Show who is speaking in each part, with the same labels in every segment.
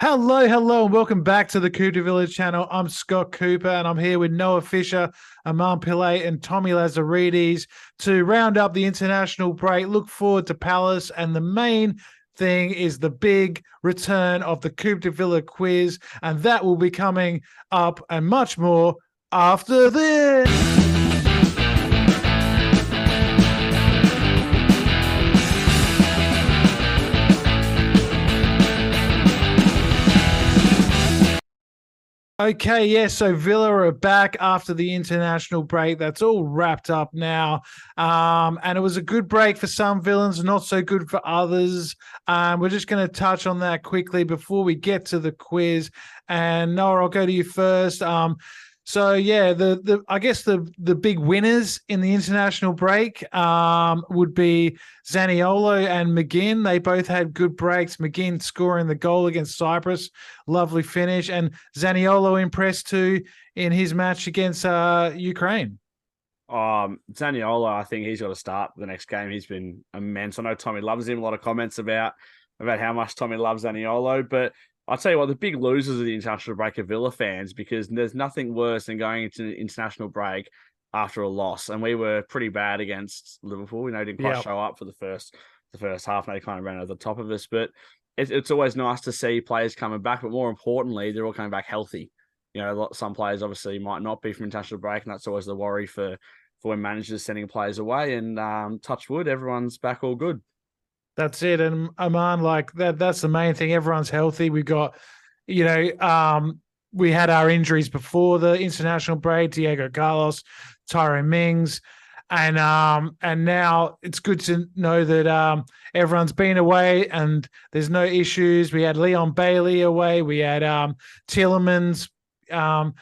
Speaker 1: Hello, hello, and welcome back to the Cooter Village channel. I'm Scott Cooper, and I'm here with Noah Fisher, Aman Pillay, and Tommy Lazaridis to round up the international break. Look forward to Palace, and the main thing is the big return of the Coupe de Villa quiz, and that will be coming up and much more after this. Okay, yes. so Villa are back after the international break. That's all wrapped up now. Um, and it was a good break for some villains, not so good for others. Um, we're just going to touch on that quickly before we get to the quiz. And Noah, I'll go to you first. Um, so yeah, the the I guess the the big winners in the international break um, would be Zaniolo and McGinn. They both had good breaks. McGinn scoring the goal against Cyprus, lovely finish, and Zaniolo impressed too in his match against uh, Ukraine.
Speaker 2: Um, Zaniolo, I think he's got to start the next game. He's been immense. I know Tommy loves him. A lot of comments about about how much Tommy loves Zaniolo, but I'll tell you what, the big losers are the international break of Villa fans because there's nothing worse than going into the international break after a loss. And we were pretty bad against Liverpool. You know, didn't quite
Speaker 1: Yeah.
Speaker 2: show up for the first the first half, and they kind of ran over the top of us. But it's, it's always nice to see players coming back, but more importantly, they're all coming back healthy. You know, a lot, some players obviously might not be from international break, and that's always the worry for for when managers sending players away. And um, touch wood, everyone's back all good.
Speaker 1: That's it. And Aman, like that that's the main thing. Everyone's healthy. We got, you know, um, we had our injuries before the international break, Diego Carlos, Tyrone Mings. And um and now it's good to know that um everyone's been away and there's no issues. We had Leon Bailey away, we had um Tillemans, um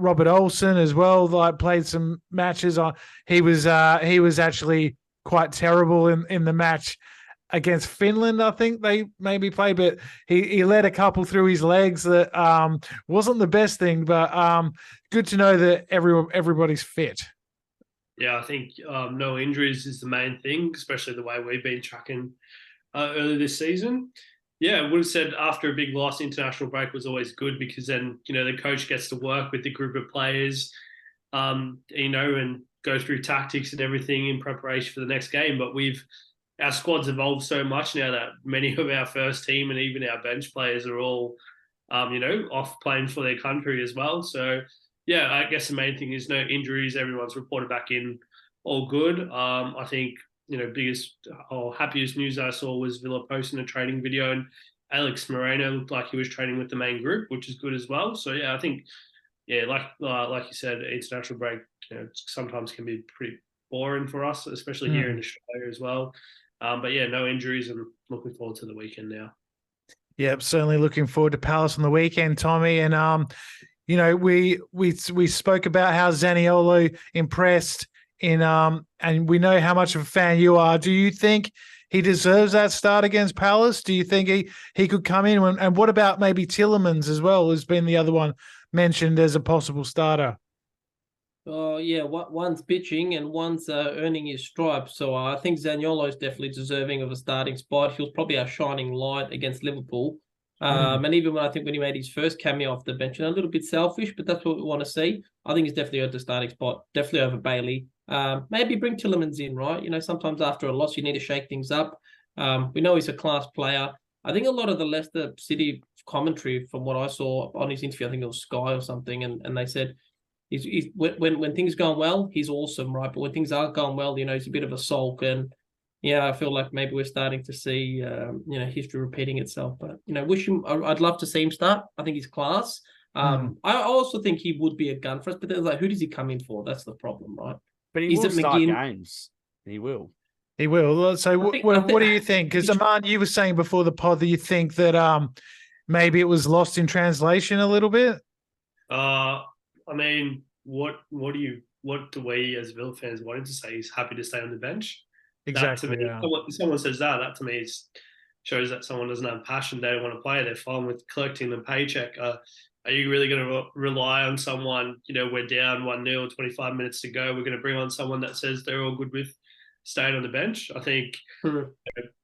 Speaker 1: Robert Olsen as well, like played some matches on he was uh he was actually quite terrible in, in the match against Finland, I think they maybe play, but he, he led a couple through his legs that um, wasn't the best thing, but um, good to know that everyone everybody's fit.
Speaker 3: Yeah, I think um, no injuries is the main thing, especially the way we've been tracking uh, early this season. Yeah, I would have said after a big loss, international break was always good because then you know the coach gets to work with the group of players, um, you know, and go through tactics and everything in preparation for the next game. But we've our squads evolved so much now that many of our first team and even our bench players are all, um, you know, off playing for their country as well. So yeah, I guess the main thing is no injuries. Everyone's reported back in, all good. Um, I think you know biggest or happiest news I saw was Villa posting a training video, and Alex Moreno looked like he was training with the main group, which is good as well. So yeah, I think yeah, like uh, like you said, international break you know, sometimes can be pretty boring for us, especially here in Australia as well. Um, but yeah, no injuries, and looking forward to the weekend now.
Speaker 1: Yep, certainly looking forward to Palace on the weekend, Tommy. And um, you know, we we we spoke about how Zaniolo impressed in um, and we know how much of a fan you are. Do you think he deserves that start against Palace? Do you think he he could come in? And, and what about maybe Tillemans as well, who's been the other one mentioned as a possible starter?
Speaker 4: Oh yeah, one- one's pitching and one's uh, earning his stripes. So uh, I think Zaniolo is definitely deserving of a starting spot. He was probably our shining light against Liverpool. Um, And even when I think when he made his first cameo off the bench, and a little bit selfish, but that's what we want to see. I think he's definitely earned the starting spot, definitely over Bailey. Um, maybe bring Tillemans in, right? You know, sometimes after a loss, you need to shake things up. Um, we know he's a class player. I think a lot of the Leicester City commentary, from what I saw on his interview, I think it was Sky or something, and, and they said he's, he's when when when things going well, he's awesome, right? But when things aren't going well, you know, he's a bit of a sulk, and yeah, I feel like maybe we're starting to see um, you know history repeating itself. But you know, wish him. I- I'd love to see him start. I think he's class.
Speaker 1: Hmm.
Speaker 4: Um, I also think he would be a gun for us, but then like, who does he come in for? That's the problem, right?
Speaker 2: But he
Speaker 4: Is
Speaker 2: will
Speaker 4: it
Speaker 2: start
Speaker 4: McGinn?
Speaker 2: games. He will.
Speaker 1: He will. So,
Speaker 4: I
Speaker 1: wh-
Speaker 4: think-
Speaker 1: wh-
Speaker 4: I thi-
Speaker 1: what do you think? Because
Speaker 4: He's-
Speaker 1: Aman, you were saying before the pod that you think that um, maybe it was lost in translation a little bit.
Speaker 3: Uh, I mean, what what do you what do we as Villa fans want him to say? He's happy to stay on the bench.
Speaker 1: Exactly.
Speaker 3: That to me,
Speaker 1: yeah.
Speaker 3: someone, someone says that. That to me is, shows that someone doesn't have passion. They don't want to play. They're fine with collecting the paycheck. Uh, are you really going to re- rely on someone? You know, we're down one 0 25 minutes to go. We're going to bring on someone that says they're all good with staying on the bench. I think
Speaker 4: Hmm.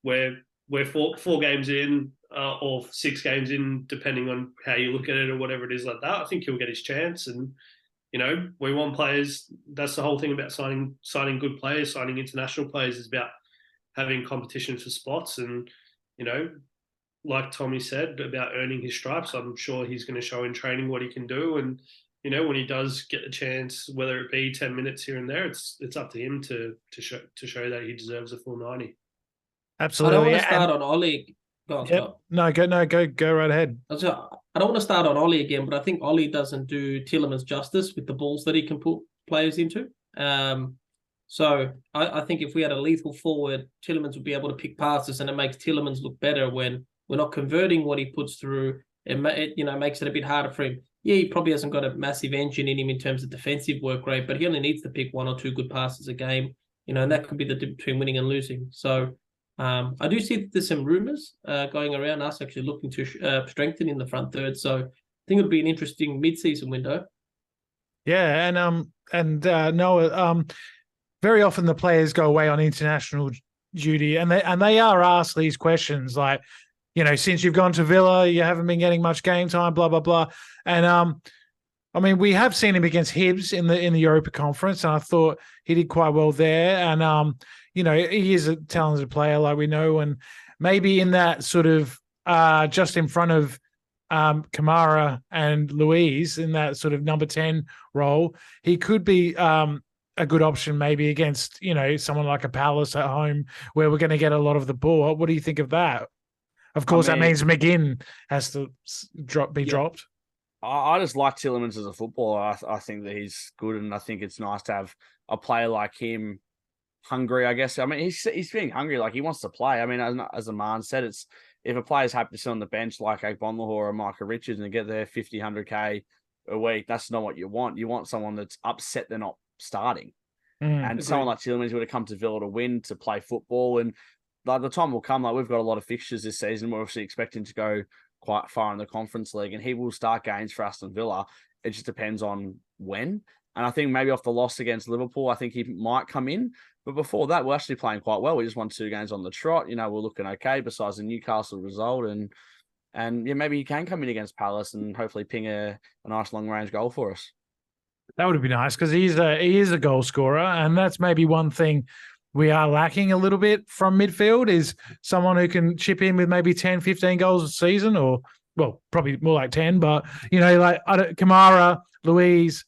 Speaker 3: we're we're four four games in. uh, or six games in, depending on how you look at it or whatever it is like that. I think he'll get his chance, and you know we want players. That's the whole thing about signing signing good players, signing international players is about having competition for spots, and you know, like Tommy said about earning his stripes. I'm sure he's going to show in training what he can do, and you know when he does get the chance, whether it be ten minutes here and there, it's it's up to him to to show to show that he deserves a full ninety.
Speaker 4: I don't
Speaker 1: Absolutely.
Speaker 4: want to
Speaker 1: and-
Speaker 4: start on Ollie. Go on,
Speaker 1: Yep.
Speaker 4: Scott.
Speaker 1: no, go no, go go right ahead.
Speaker 4: I was- I don't want to start on Ollie again, but I think Ollie doesn't do Tillemans justice with the balls that he can put players into. Um, so I, I think if we had a lethal forward, Tillemans would be able to pick passes, and it makes Tillemans look better when we're not converting what he puts through. It, ma- it you know makes it a bit harder for him. Yeah, he probably hasn't got a massive engine in him in terms of defensive work rate, but he only needs to pick one or two good passes a game. You know, and that could be the difference between winning and losing. So. Um, I do see that there's some rumours uh, going around us actually looking to sh- uh, strengthen in the front third. So I think it'll be an interesting mid-season window.
Speaker 1: Yeah, and um and uh Noah, um very often the players go away on international duty and they and they are asked these questions like, you know, since you've gone to Villa, you haven't been getting much game time, blah, blah, blah. And um I mean we have seen him against Hibs in the in the Europa conference and I thought he did quite well there. And um, you know, he is a talented player like we know, and maybe in that sort of uh just in front of um Kamara and Louise in that sort of number 10 role. He could be um, a good option maybe against you know someone like a Palace at home where we're going to get a lot of the ball. What do you think of that? Of course,
Speaker 2: mean-
Speaker 1: that means McGinn has to s- drop be
Speaker 2: Yeah.
Speaker 1: dropped.
Speaker 2: I, I just like Tillemans as a footballer. I, th- I think that he's good, and I think it's nice to have a player like him hungry. I guess. I mean, he's he's being hungry. Like he wants to play. I mean, as, as Aman said, it's if a player's happy to sit on the bench like Agbonlahor or Michael Richards and get their 50, 100 k a week, that's not what you want. You want someone that's upset they're not starting.
Speaker 1: Mm.
Speaker 2: And someone like Tillemans would have come to Villa to win, to play football. And like the time will come, like we've got a lot of fixtures this season. We're obviously expecting to go quite far in the conference league. And he will start games for Aston Villa. It just depends on when. And I think maybe off the loss against Liverpool, I think he might come in. But before that, we're actually playing quite well. We just won two games on the trot. You know, we're looking okay besides the Newcastle result. And and yeah, maybe he can come in against Palace and hopefully ping a, a nice long range goal for us.
Speaker 1: That would be nice because he's a he is a goal scorer, and that's maybe one thing we are lacking a little bit from midfield is someone who can chip in with maybe 10, 15 goals a season, or well, probably more like ten. But you know, like I don't, Kamara, Louise,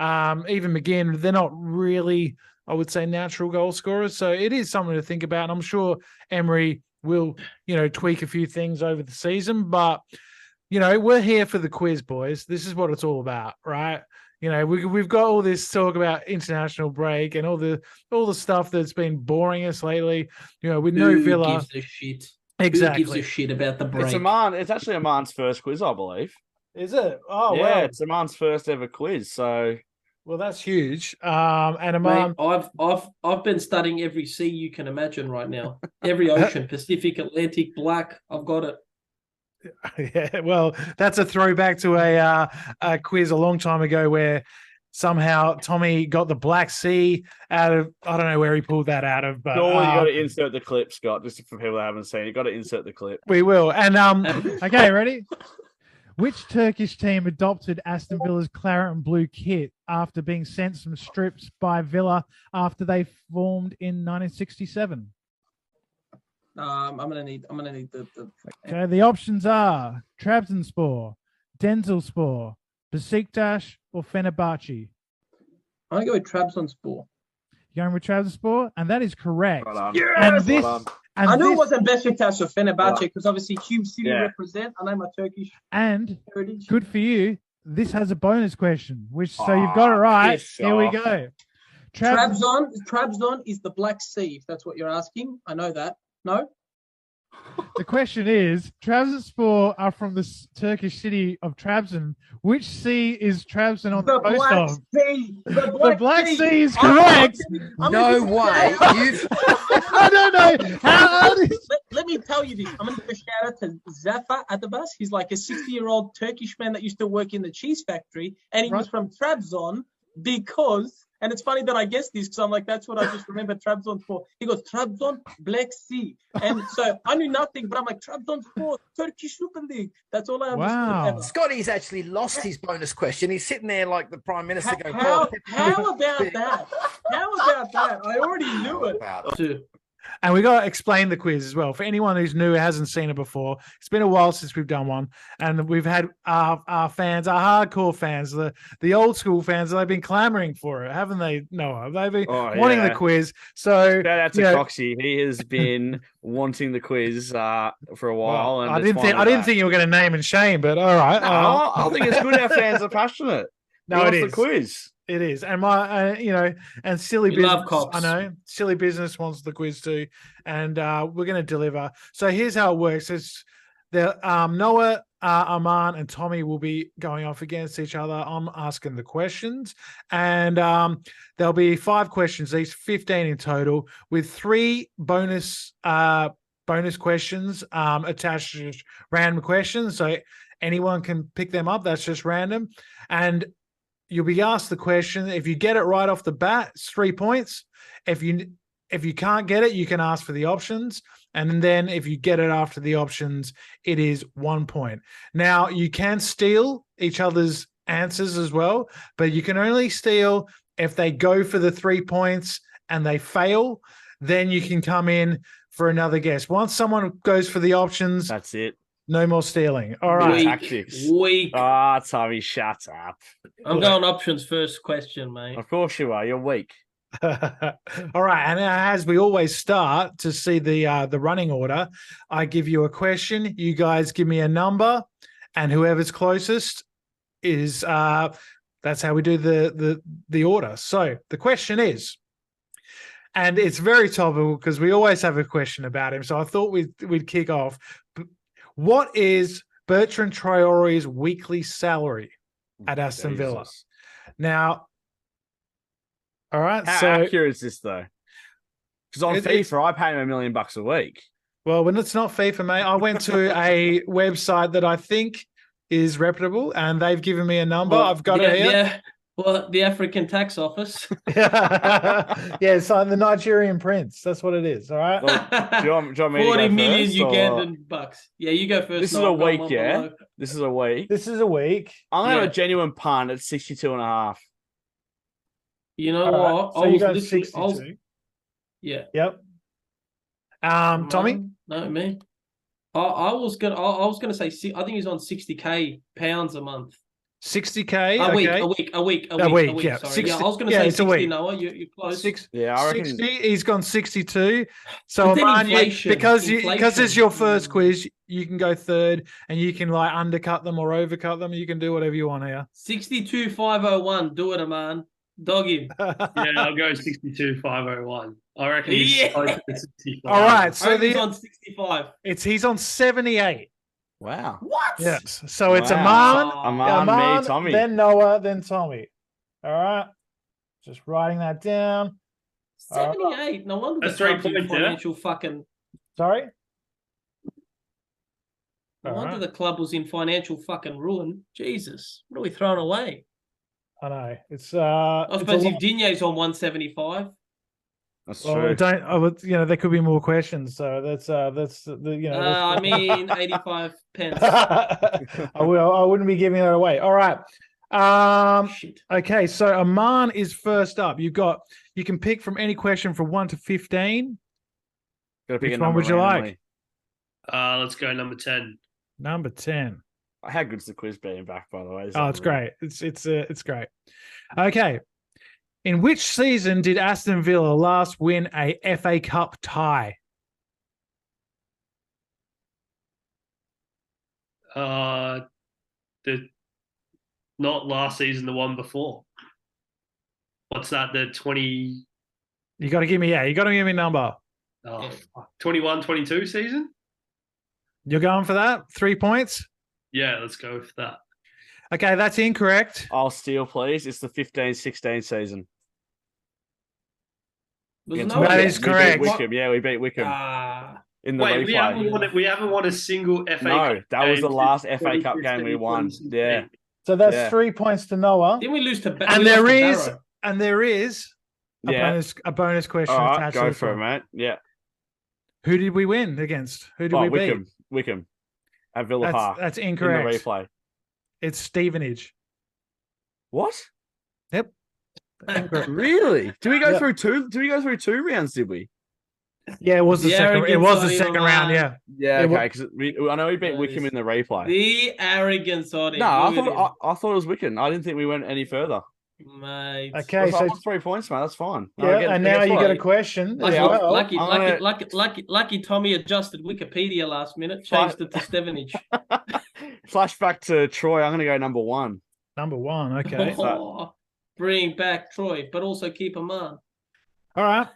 Speaker 1: um, even McGinn, they're not really, I would say, natural goal scorers. So it is something to think about, and I'm sure Emery will, you know, tweak a few things over the season, but. You know, we're here for the quiz, boys. This is what it's all about, right? you know we, we've got all this talk about international break and all the all the stuff that's been boring us lately you know with no
Speaker 4: Who
Speaker 1: villa
Speaker 4: gives a shit? Who
Speaker 1: exactly
Speaker 4: gives a shit about the break?
Speaker 2: It's Aman. It's actually Aman's first quiz, I believe.
Speaker 1: is it oh
Speaker 2: yeah,
Speaker 1: wow
Speaker 2: it's Aman's first ever quiz. So
Speaker 1: well that's huge um and
Speaker 4: Mate,
Speaker 1: among
Speaker 4: I've I've I've been studying every sea you can imagine right now. Every ocean, Pacific, Atlantic, Black. I've got it.
Speaker 1: yeah well that's a throwback to a uh a quiz a long time ago where somehow tommy got the black sea out of i don't know where he pulled that out of but
Speaker 2: Normally you
Speaker 1: uh,
Speaker 2: got to insert the clip, Scott, just for people that haven't seen it. You got to insert the clip.
Speaker 1: we will and um
Speaker 5: Okay, ready? Which Turkish team adopted Aston Villa's claret and blue kit after being sent some strips by Villa after they formed in 1967?
Speaker 4: Um, I'm gonna need I'm gonna need the, the
Speaker 5: Okay, the options are Trabzonspor, Denzelspor, Besiktas, or Fenerbahce.
Speaker 4: I'm gonna go with Trabzonspor.
Speaker 5: You're going with Trabzonspor, and that is correct.
Speaker 2: Right on.
Speaker 5: And this,
Speaker 2: Well done.
Speaker 5: and
Speaker 4: I know
Speaker 5: this,
Speaker 4: it wasn't Besiktas or Fenerbahce because obviously Cube City
Speaker 2: Yeah.
Speaker 4: represent. I know my Turkish
Speaker 5: and
Speaker 4: heritage.
Speaker 5: good for you. This has a bonus question, which so you've got it right.
Speaker 2: Ah, piss
Speaker 5: Here we
Speaker 2: off.
Speaker 5: go. Trabzon-
Speaker 4: Trabzon, Trabzon is the Black Sea, if that's what you're asking. I know that. No?
Speaker 5: The question is, Trabzonspor are from the s- Turkish city of Trabzon. Which sea is Trabzon on the, coast of?
Speaker 4: Sea. The
Speaker 5: The Black Sea is correct.
Speaker 4: I'm
Speaker 6: no
Speaker 4: gonna-
Speaker 6: way. You've
Speaker 5: I don't know. How old is...
Speaker 4: Let, let me tell you this. I'm going to give a shout out to Zafer Atabas. He's like a 60 year old Turkish man that used to work in the cheese factory, and he
Speaker 5: Right.
Speaker 4: was from Trabzon because
Speaker 6: And it's funny that I guessed these because I'm like, that's what I just remember Trabzon for. He goes, Trabzon, Black Sea. And so I knew nothing, but I'm like, Trabzon for Turkish Super League. That's all I understood.
Speaker 5: Wow.
Speaker 6: ever.
Speaker 7: Scotty's actually lost his bonus question. He's sitting there like the Prime Minister going,
Speaker 6: How,
Speaker 7: "God,
Speaker 6: how about that? How about that? I already knew it.
Speaker 7: about
Speaker 4: Two.
Speaker 1: And we got to explain the quiz as well for anyone who's new, hasn't seen it before. It's been a while since we've done one, and we've had our, our fans, our hardcore fans, the the old school fans. They've been clamoring for it, haven't they? Noah, they've been
Speaker 2: Oh,
Speaker 1: wanting
Speaker 2: yeah.
Speaker 1: the quiz. So
Speaker 2: Shout out to
Speaker 1: Yeah.
Speaker 2: Coxie. He has been wanting the quiz uh, for a while. and
Speaker 1: I
Speaker 2: it's
Speaker 1: didn't think I
Speaker 2: finally
Speaker 1: didn't
Speaker 2: back.
Speaker 1: think you were going to name and shame, but all right.
Speaker 2: No,
Speaker 1: uh,
Speaker 2: I think it's good. Our fans are passionate. He
Speaker 1: no, it
Speaker 2: wants
Speaker 1: is.
Speaker 2: the quiz.
Speaker 1: It is, and my, uh, you know, and silly
Speaker 4: We
Speaker 1: business.
Speaker 4: love cops.
Speaker 1: I know silly business wants the quiz too, and uh, we're going to deliver. So here's how it works: it's the um, Noah, uh, Aman, and Tommy will be going off against each other. I'm asking the questions, and um, there'll be five questions each, fifteen in total, with three bonus uh, bonus questions um, attached to just random questions. So anyone can pick them up. That's just random, and you'll be asked the question. If you get it right off the bat, it's three points. If you if you can't get it, you can ask for the options. And then if you get it after the options, it is one point. Now you can steal each other's answers as well, but you can only steal if they go for the three points and they fail, then you can come in for another guess. Once someone goes for the options,
Speaker 2: That's it.
Speaker 1: no more stealing. All
Speaker 2: Right.
Speaker 1: right.
Speaker 4: Weak.
Speaker 2: Tactics.
Speaker 4: Weak.
Speaker 2: Ah, Tommy, shut up.
Speaker 4: I'm going options first question, mate.
Speaker 2: Of course you are. You're weak.
Speaker 1: All right, and as we always start to see the uh, the running order, I give you a question. You guys give me a number, and whoever's closest is uh, that's how we do the the the order. So the question is, and it's very topical because we always have a question about him. So I thought we'd we'd kick off. B- What is Bertrand Traore's weekly salary? At Aston Villa.
Speaker 2: Jesus.
Speaker 1: Now, all right,
Speaker 2: How
Speaker 1: so.
Speaker 2: accurate is this though? Because on
Speaker 1: It- it-
Speaker 2: FIFA, I pay him a million bucks a week.
Speaker 1: Well, when it's not FIFA, mate, I went to a website that I think is reputable and they've given me a number. I've got
Speaker 4: yeah,
Speaker 1: it here.
Speaker 4: Yeah. Well, the African Tax Office.
Speaker 1: Yeah. it's like the Nigerian prince. That's what it is. All right.
Speaker 2: Well, Do you want, do you want me to go
Speaker 4: Forty million
Speaker 2: first, or-
Speaker 4: Ugandan bucks. Yeah, you go first.
Speaker 2: This is
Speaker 4: Noel,
Speaker 2: a
Speaker 4: I've got
Speaker 2: week,
Speaker 4: one
Speaker 2: yeah?
Speaker 4: below.
Speaker 2: This is a week.
Speaker 1: This is a week.
Speaker 2: I'm going to
Speaker 4: Yeah.
Speaker 2: have a genuine pun at 62 and a half.
Speaker 4: You know
Speaker 1: All right,
Speaker 4: what?
Speaker 1: So you got
Speaker 4: oh, literally- oh. I was-
Speaker 1: 62.
Speaker 4: yeah.
Speaker 1: Yep. Um, Tommy?
Speaker 4: No, me. I, I was gonna. I, I was gonna say. si- I think he's on sixty k pounds a month.
Speaker 1: 60K.
Speaker 4: A week.
Speaker 1: okay.
Speaker 4: A week. A week. A week.
Speaker 1: A week, yeah.
Speaker 4: Sorry.
Speaker 1: 60
Speaker 4: yeah. I was gonna
Speaker 1: yeah,
Speaker 4: say
Speaker 1: it's a
Speaker 4: sixty.
Speaker 1: week.
Speaker 4: Noah, you, you're close.
Speaker 1: Six,
Speaker 2: Yeah, I reckon.
Speaker 1: 60. He's gone 62. So
Speaker 4: But then
Speaker 1: Aman, you-
Speaker 4: inflation, Mm.
Speaker 1: because you, because it's your
Speaker 4: inflation.
Speaker 1: first quiz, you can go third and you can like undercut them or overcut them. You can do whatever you want here.
Speaker 4: Sixty-two five oh one. Do it, man. Dog him.
Speaker 3: Yeah, I'll go 62 501. I reckon he's
Speaker 4: Yeah.
Speaker 3: closer to 65.
Speaker 1: All right,
Speaker 4: So
Speaker 1: so
Speaker 4: he's
Speaker 1: the,
Speaker 4: on sixty-five.
Speaker 1: it's he's on seventy eight.
Speaker 2: Wow.
Speaker 4: What?
Speaker 1: Yes, so it's
Speaker 2: Wow.
Speaker 1: Aman,
Speaker 2: I'm
Speaker 4: Ah,
Speaker 2: on
Speaker 1: Aman,
Speaker 2: me, Tommy.
Speaker 1: then Noah, then Tommy. All right, just writing that down. Alright.
Speaker 4: Seventy-eight. No wonder
Speaker 3: That's
Speaker 4: the
Speaker 3: three
Speaker 4: club's in
Speaker 3: points, yeah?
Speaker 4: financial fucking.
Speaker 1: Sorry,
Speaker 4: No wonder
Speaker 1: Alright.
Speaker 4: the club was in financial fucking ruin. Jesus, what are we throwing away?
Speaker 1: I know it's. uh
Speaker 4: I
Speaker 1: it's a
Speaker 4: suppose
Speaker 1: lot.
Speaker 4: if Dinier's on one seventy-five.
Speaker 2: That's
Speaker 1: Well,
Speaker 2: true.
Speaker 1: don't I would, you know there could be more questions, so that's uh that's the the, you know. that's
Speaker 4: Uh, I
Speaker 1: the-
Speaker 4: mean, 85 pence.
Speaker 1: I will. I wouldn't be giving that away. All right. Um.
Speaker 4: Shit.
Speaker 1: Okay. So Aman is first up. You've got. You can pick from any question from one to fifteen.
Speaker 2: Gotta pick a
Speaker 1: which one
Speaker 2: number
Speaker 1: would you like?
Speaker 2: randomly.
Speaker 3: Uh, let's go number 10.
Speaker 1: Number ten.
Speaker 2: How good's the quiz being back, by the way? Is
Speaker 1: Oh,
Speaker 2: that
Speaker 1: it's
Speaker 2: really-
Speaker 1: great. It's it's uh, it's great. Okay. In which season did Aston Villa last win a FA Cup tie?
Speaker 3: Uh, the not last season, the one before. What's that? The 20,
Speaker 1: You got to give me yeah. You got to give me a number.
Speaker 3: oh,
Speaker 4: Yeah.
Speaker 3: fuck, 21, 22 season?
Speaker 1: You're going for that three points.
Speaker 3: Yeah, let's go for that.
Speaker 1: Okay, that's incorrect.
Speaker 2: I'll steal, please. It's the 15 16 season.
Speaker 4: There's
Speaker 2: Against
Speaker 4: no
Speaker 1: That
Speaker 2: Wickham.
Speaker 4: way.
Speaker 1: is
Speaker 2: We beat
Speaker 1: correct.
Speaker 2: Wickham. Yeah, we beat Wickham
Speaker 4: Ah,
Speaker 2: in the
Speaker 3: Wait, we haven't,
Speaker 2: replay.
Speaker 3: won, a- we haven't won a single FA
Speaker 2: No,
Speaker 3: Cup
Speaker 2: that was
Speaker 3: game
Speaker 2: the
Speaker 3: since
Speaker 2: last FA Cup
Speaker 3: 2015,
Speaker 2: game we won. Yeah.
Speaker 3: 2016.
Speaker 1: So that's
Speaker 2: Yeah.
Speaker 1: three points to Noah.
Speaker 4: didn't we lose to? Ba-
Speaker 1: And
Speaker 4: we lost
Speaker 1: there
Speaker 4: to
Speaker 1: is-
Speaker 4: Barrow.
Speaker 1: and there is a
Speaker 2: Yeah.
Speaker 1: bonus a bonus question
Speaker 2: All right,
Speaker 1: attached.
Speaker 2: go
Speaker 1: to
Speaker 2: for it, mate. Yeah.
Speaker 1: Who did we win against? Who did
Speaker 2: Oh,
Speaker 1: we beat?
Speaker 2: Wickham. Wickham. At Villa
Speaker 1: That's,
Speaker 2: Park.
Speaker 1: that's
Speaker 2: in the
Speaker 1: incorrect.
Speaker 2: replay.
Speaker 1: It's Stevenage.
Speaker 2: What?
Speaker 1: Incorrect.
Speaker 2: Really? Do we go
Speaker 1: Yeah.
Speaker 2: through two? Do we go through two rounds? Did we?
Speaker 1: yeah, it was the
Speaker 4: The
Speaker 1: second. It
Speaker 4: arrogance
Speaker 1: was the
Speaker 4: of
Speaker 1: second
Speaker 4: your
Speaker 1: round.
Speaker 4: man.
Speaker 1: Yeah,
Speaker 2: Yeah.
Speaker 1: Yeah, we-
Speaker 2: okay. Because I know we beat
Speaker 4: Yeah,
Speaker 2: Wickham
Speaker 4: it's-
Speaker 2: in the replay.
Speaker 4: The arrogance on it.
Speaker 2: no, I
Speaker 4: look at
Speaker 2: thought I, I thought it was Wickham. I didn't think we went any further.
Speaker 4: it, mate.
Speaker 2: I
Speaker 1: Okay,
Speaker 2: was like,
Speaker 1: so-
Speaker 2: I want three points, mate. That's fine. No, I
Speaker 1: yeah.
Speaker 2: get it.
Speaker 1: and now
Speaker 2: Guess
Speaker 1: you
Speaker 2: what?
Speaker 1: got a question.
Speaker 4: Lucky,
Speaker 2: Yeah, I-
Speaker 4: lucky,
Speaker 2: I'm
Speaker 4: lucky,
Speaker 2: gonna-
Speaker 4: lucky, lucky, lucky. Tommy adjusted Wikipedia last minute, changed it to Stevenage.
Speaker 2: Flashback to Troy. I'm going to go number one.
Speaker 1: Number one. Okay.
Speaker 2: so-
Speaker 4: Oh, Bring back Troy, but also keep him on.
Speaker 1: All right.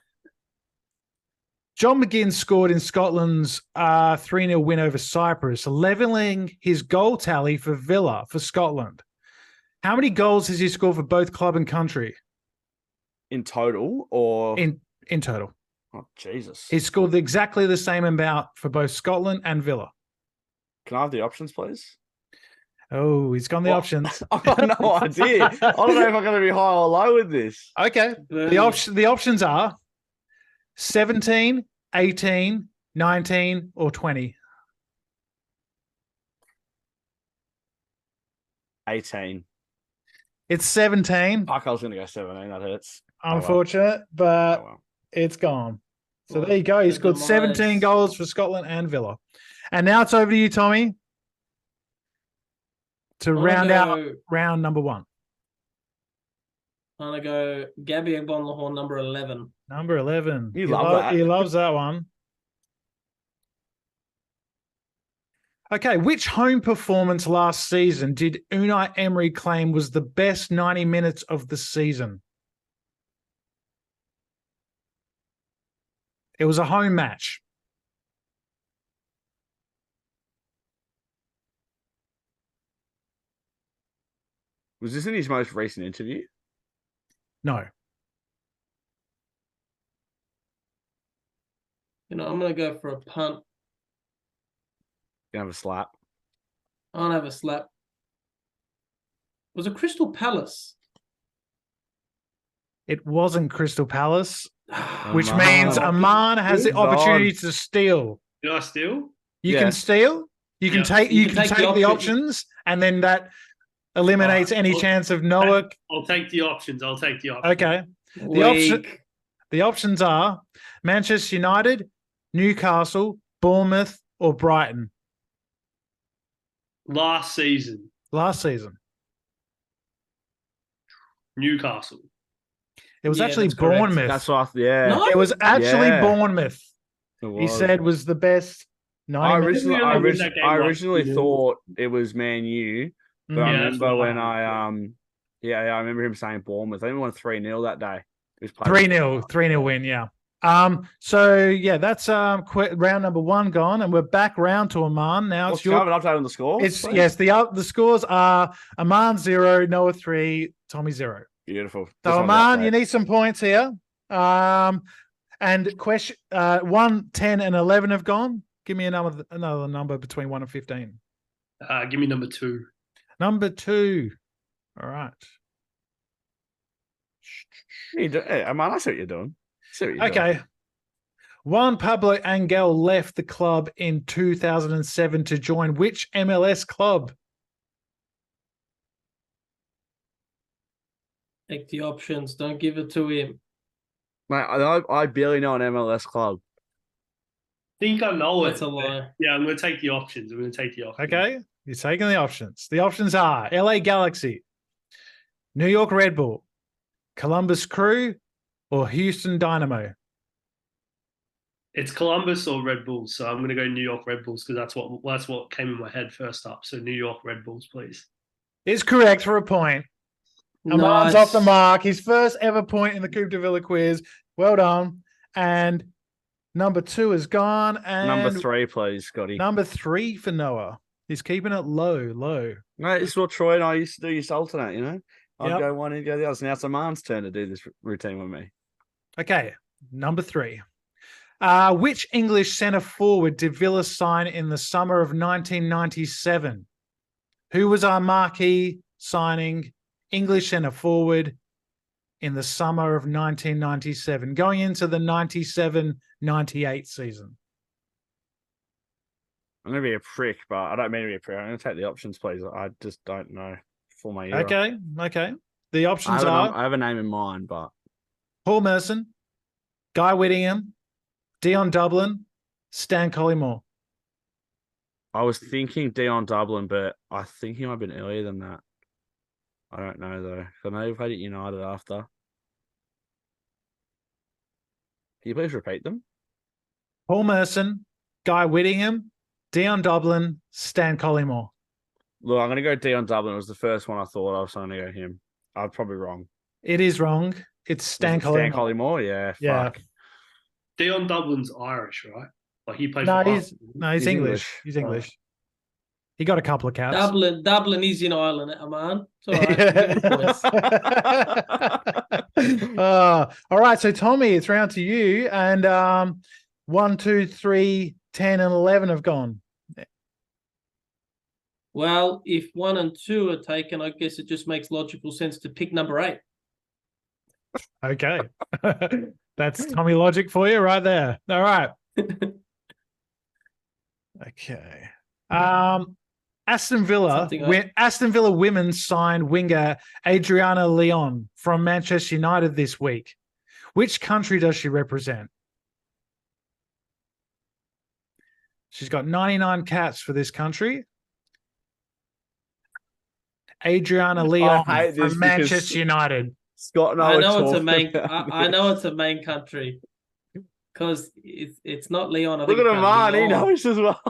Speaker 1: John McGinn scored in Scotland's 3 0 win over Cyprus, levelling his goal tally for Villa for Scotland. How many goals has he scored for both club and country
Speaker 2: In total, or
Speaker 1: in, in total?
Speaker 2: oh, Jesus,
Speaker 1: He scored exactly the same amount for both Scotland and Villa.
Speaker 2: can I have the options, please?
Speaker 1: Oh, he's gone the
Speaker 2: Well-
Speaker 1: options.
Speaker 2: I've got no idea. I don't know if I'm going to be high or low with this.
Speaker 1: Okay.
Speaker 4: Burnley.
Speaker 1: The, option, the options are 17, 18, 19, or 20.
Speaker 2: 18.
Speaker 1: It's 17,
Speaker 2: Fuck, I was going to go 17. That hurts. well.
Speaker 1: unfortunate,
Speaker 2: Oh,
Speaker 1: but
Speaker 2: well.
Speaker 1: it's gone. So
Speaker 4: Well,
Speaker 1: there you go. He
Speaker 4: the
Speaker 1: scored 17
Speaker 4: demise.
Speaker 1: goals for Scotland and Villa. And now it's over to you, Tommy, to
Speaker 4: I'm gonna
Speaker 1: round out
Speaker 4: go-
Speaker 1: round number one.
Speaker 4: I'm gonna go Gabby Bon Lahorn number eleven.
Speaker 1: Number 11. He
Speaker 2: You love
Speaker 1: lo-
Speaker 2: that.
Speaker 1: He loves that one. Okay, which home performance last season did Unai Emery claim was the best 90 minutes of the season? It was a home match.
Speaker 2: Was this in his most recent interview?
Speaker 1: No.
Speaker 4: You know, I'm gonna go for a punt.
Speaker 2: You have a slap.
Speaker 4: I'll have a slap. It was a Crystal Palace,
Speaker 1: It wasn't Crystal Palace, which
Speaker 2: Aman.
Speaker 1: means Aman has the
Speaker 2: Good on.
Speaker 1: opportunity to steal.
Speaker 3: Did I steal?
Speaker 1: You
Speaker 2: Yeah.
Speaker 1: can steal, you can
Speaker 3: Yeah.
Speaker 1: take you, can, take, the,
Speaker 4: option.
Speaker 1: options, and then that eliminates any
Speaker 3: well,
Speaker 1: chance of Noah.
Speaker 3: I'll take the options. I'll take the options.
Speaker 1: Okay.
Speaker 4: The
Speaker 1: option- The options are Manchester United, Newcastle, Bournemouth, or Brighton
Speaker 3: Last season,
Speaker 1: last season.
Speaker 3: Newcastle.
Speaker 1: It was
Speaker 4: Yeah,
Speaker 1: actually
Speaker 4: that's correct.
Speaker 1: Bournemouth.
Speaker 2: That's what I, yeah.
Speaker 4: No,
Speaker 1: It was actually
Speaker 2: Yeah.
Speaker 1: Bournemouth. He
Speaker 2: it was.
Speaker 1: said was the best.
Speaker 2: I
Speaker 1: 90 minutes.
Speaker 2: originally,
Speaker 3: Didn't we
Speaker 2: I,
Speaker 3: only win
Speaker 2: origi-
Speaker 3: that game
Speaker 2: I
Speaker 3: by
Speaker 2: originally
Speaker 3: two?
Speaker 2: thought it was Man U, but
Speaker 1: Mm,
Speaker 2: I
Speaker 3: Yeah, that's
Speaker 2: remember
Speaker 3: what I
Speaker 2: when I
Speaker 3: thought.
Speaker 2: um, yeah, yeah, I remember him saying Bournemouth. I think we won three 0 that day. It was played-
Speaker 1: Three 0 three 0 win, yeah. Um, so yeah, that's um qu- round number one gone, and we're back round to Aman now.
Speaker 2: What's
Speaker 1: It's your,
Speaker 2: Have an update on the score.
Speaker 1: it's
Speaker 2: please?
Speaker 1: yes. The uh, the scores are Aman zero, Noah three, Tommy zero.
Speaker 2: beautiful.
Speaker 1: So
Speaker 2: Just wanted to
Speaker 1: Aman, you
Speaker 2: update.
Speaker 1: need some points here. Um, and question uh, one, 10, and eleven have gone. Give me another another number between one and fifteen.
Speaker 3: Uh, give me number two.
Speaker 1: Number two. All right.
Speaker 2: You do- hey, Aman, I see what you're doing. I see what you're doing.
Speaker 1: Okay. Juan Pablo Angel left the club in 2007 to join which MLS club?
Speaker 4: Take the options. Don't give it to him.
Speaker 2: mate. I, I- I barely know an MLS club.
Speaker 3: I think I know
Speaker 4: That's
Speaker 3: it.
Speaker 4: a lie.
Speaker 3: Yeah, I'm going to take the options. I'm going to take the options.
Speaker 1: Okay. You're taking the options. The options are LA Galaxy, New York Red Bull, Columbus Crew, or Houston Dynamo.
Speaker 3: It's Columbus or Red Bulls, so I'm going to go New York Red Bulls because that's what that's what came in my head first up. So New York Red Bulls, please.
Speaker 1: Is correct for a point. Aman's
Speaker 4: Nice.
Speaker 1: off the mark. His first ever point in the Coupe de Villa quiz. Well done. And number two is gone. And
Speaker 2: Number three, please, Scotty.
Speaker 1: number three for Noah. He's keeping it low, low.
Speaker 2: Mate, it's what Troy and I used to do. Used to alternate, you know. I'd
Speaker 1: Yep.
Speaker 2: go one and go the other. So Now it's Aman's turn to do this r- routine with me.
Speaker 1: Okay, number three. Uh, which English centre forward did Villa sign in the summer of 1997? Who was our marquee signing English centre forward in the summer of 1997, going into the 97 98 season.
Speaker 2: I'm gonna be a prick, but I don't mean to be a prick. I'm gonna take the options, please. I just don't know for my era.
Speaker 1: Okay. Okay. The
Speaker 2: I
Speaker 1: options
Speaker 2: have, a
Speaker 1: are
Speaker 2: num- I have a name in mind, but
Speaker 1: Paul Merson, Guy Whittingham, Dion Dublin, Stan Collymore.
Speaker 2: I was thinking Dion Dublin, but I think he might have been earlier than that. I don't know though. I know he played at United after. Can you please repeat them?
Speaker 1: Paul Merson, Guy Whittingham, Dion Dublin, Stan Collymore.
Speaker 2: Look, I'm gonna go Dion Dublin. It was the first one I thought of, so I'm gonna go him. I'm probably wrong.
Speaker 1: It is wrong. It's Stan
Speaker 2: Was it Stan
Speaker 1: Collymore.
Speaker 2: Collymore, yeah.
Speaker 1: Yeah.
Speaker 2: Fuck.
Speaker 3: Dion Dublin's Irish, right? Like he plays.
Speaker 1: No,
Speaker 3: for
Speaker 1: he's
Speaker 3: Ireland.
Speaker 1: no, he's,
Speaker 2: He's
Speaker 1: English. Oh.
Speaker 2: English.
Speaker 1: He's English. He got a couple of caps.
Speaker 4: Dublin, Dublin is in Ireland, Aman. It's all right. Give him points.
Speaker 1: uh, all right, so Tommy, it's round to you, and um, one, two, three, ten, and eleven have gone.
Speaker 4: Well, if one and two are taken, I guess it just makes logical sense to pick number eight.
Speaker 1: Okay, that's Tommy logic for you right there. All right. okay. Um, Aston Villa.
Speaker 4: Something I-
Speaker 1: Win- Aston Villa women signed winger Adriana Leon from Manchester United this week. Which country does she represent? She's got 99 caps for this country. Adriana Leon
Speaker 2: Oh, hate this
Speaker 1: from
Speaker 2: because-
Speaker 1: Manchester United. Oh,
Speaker 2: Scott and I,
Speaker 4: I
Speaker 2: were
Speaker 4: know it's a
Speaker 2: talking
Speaker 4: main.
Speaker 2: about
Speaker 4: I, I
Speaker 2: this.
Speaker 4: know it's a main country because it's it's not Leon. I think
Speaker 2: Look at
Speaker 4: it
Speaker 2: him,
Speaker 4: comes
Speaker 2: man. He
Speaker 4: Leon.
Speaker 2: knows as well.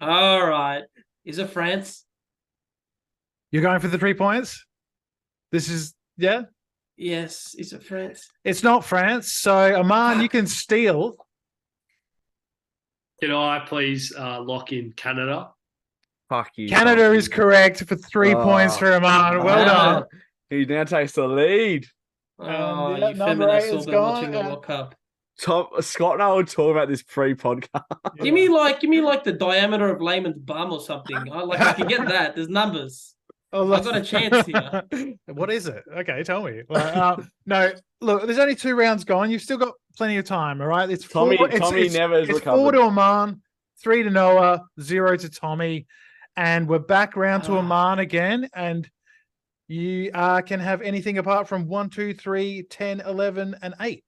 Speaker 4: All right, is it France?
Speaker 1: You're going for the three points? This is, yeah,
Speaker 4: Yes, is it France?
Speaker 1: it's not France. So, Aman, you can steal.
Speaker 3: Can I please uh, lock in Canada?
Speaker 2: Fuck you.
Speaker 1: Canada
Speaker 2: Tom.
Speaker 1: is correct for three
Speaker 2: Oh.
Speaker 1: points for Aman. Well
Speaker 4: Yeah.
Speaker 1: done.
Speaker 2: He now takes the lead.
Speaker 4: Oh,
Speaker 1: Um, yeah,
Speaker 4: you
Speaker 1: number eight
Speaker 4: feminists
Speaker 1: is
Speaker 4: all been
Speaker 1: gone,
Speaker 4: watching the
Speaker 1: yeah.
Speaker 4: World Cup.
Speaker 2: Tom, Scott and I will talk about this pre-podcast.
Speaker 4: Give me like, give me like the diameter of Lehman's bum or something. I, like I can get that. There's numbers.
Speaker 1: Oh,
Speaker 4: I've got a chance
Speaker 1: here. what is it? Okay, tell me. Like, uh, no, look, there's only two rounds gone. You've still got plenty of time. All right, it's
Speaker 2: Tommy,
Speaker 1: four, it's,
Speaker 2: Tommy
Speaker 1: it's,
Speaker 2: never has
Speaker 1: it's four
Speaker 2: recovered.
Speaker 1: to Aman, three to Noah, zero to Tommy, and we're back round to
Speaker 4: Ah.
Speaker 1: Aman again. And you uh, can have anything apart from one, two, three, 10, 11, and eight.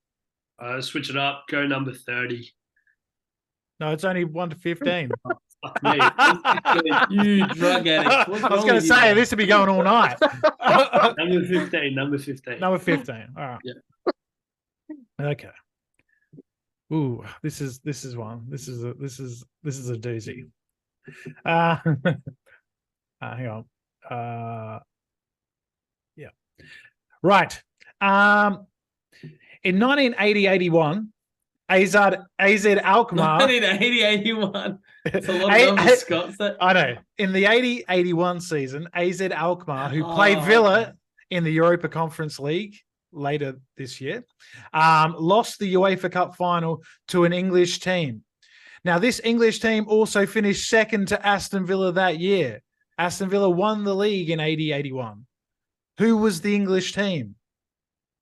Speaker 3: Uh, switch it up. Go number thirty.
Speaker 1: No, it's only one to fifteen.
Speaker 3: Fuck me.
Speaker 4: You drug addict. What's
Speaker 1: I was
Speaker 4: wrong
Speaker 1: going to
Speaker 4: with you,
Speaker 1: say
Speaker 4: man?
Speaker 1: this would be going all night.
Speaker 3: number fifteen. Number fifteen.
Speaker 1: Number 15. All right. Okay. Ooh, this is this is one. This is a this is this is a doozy. Uh, uh hang on. Uh yeah. Right. Um in 1980-81, AZ AZ Alkmaar
Speaker 4: 1980, 81. It's a lot
Speaker 1: Hey,
Speaker 4: of
Speaker 1: hey.
Speaker 4: numbers, Scott. So,
Speaker 1: I know. In the 80 81 season, AZ Alkmaar, who played
Speaker 4: Oh, okay.
Speaker 1: Villa in the Europa Conference League later this year, um, lost the UEFA Cup final to an English team. Now, this English team also finished second to Aston Villa that year. Aston Villa won the league in 80 81. Who was the English team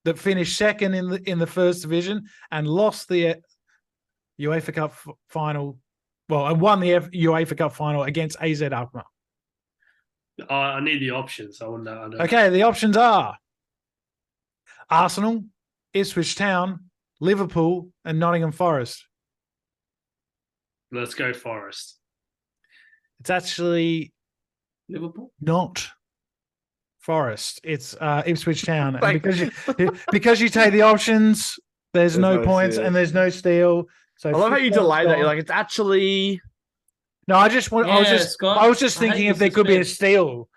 Speaker 1: that finished second in the, in the first division and lost the uh, UEFA Cup f- final well, and won the F- UEFA Cup final against AZ Alkmaar.
Speaker 3: I, I need the options. I want to. I know.
Speaker 1: Okay, the options are Arsenal, Ipswich Town, Liverpool, and Nottingham Forest.
Speaker 3: Let's go Forest.
Speaker 1: It's actually
Speaker 4: Liverpool.
Speaker 1: not Forest. It's uh, Ipswich Town. And because you because you take the options, there's,
Speaker 2: There's
Speaker 1: no,
Speaker 2: no
Speaker 1: points
Speaker 2: steal.
Speaker 1: and there's no steal. So
Speaker 2: I love how you
Speaker 1: 15
Speaker 2: delayed that. You're
Speaker 1: gone.
Speaker 2: like, it's actually.
Speaker 1: no, I just want. I was
Speaker 4: Yeah,
Speaker 1: just.
Speaker 4: Scott,
Speaker 1: I was just
Speaker 4: I hate
Speaker 1: thinking
Speaker 4: your
Speaker 1: if there could be a
Speaker 4: suspense.
Speaker 1: steal.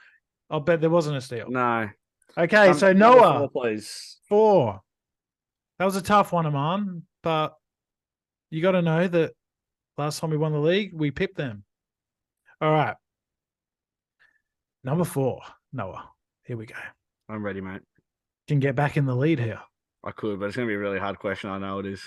Speaker 1: I'll bet there wasn't a steal.
Speaker 2: No.
Speaker 1: Okay,
Speaker 2: Um,
Speaker 1: so
Speaker 2: number
Speaker 1: Noah.
Speaker 2: four, please.
Speaker 1: Four. That was a tough one, Aman, but you got to know that last time we won the league, we pipped them. All right. Number four, Noah. Here we go.
Speaker 2: I'm ready, mate.
Speaker 1: Can get back in the lead here.
Speaker 2: I could, but it's going to be a really hard question. I know it is.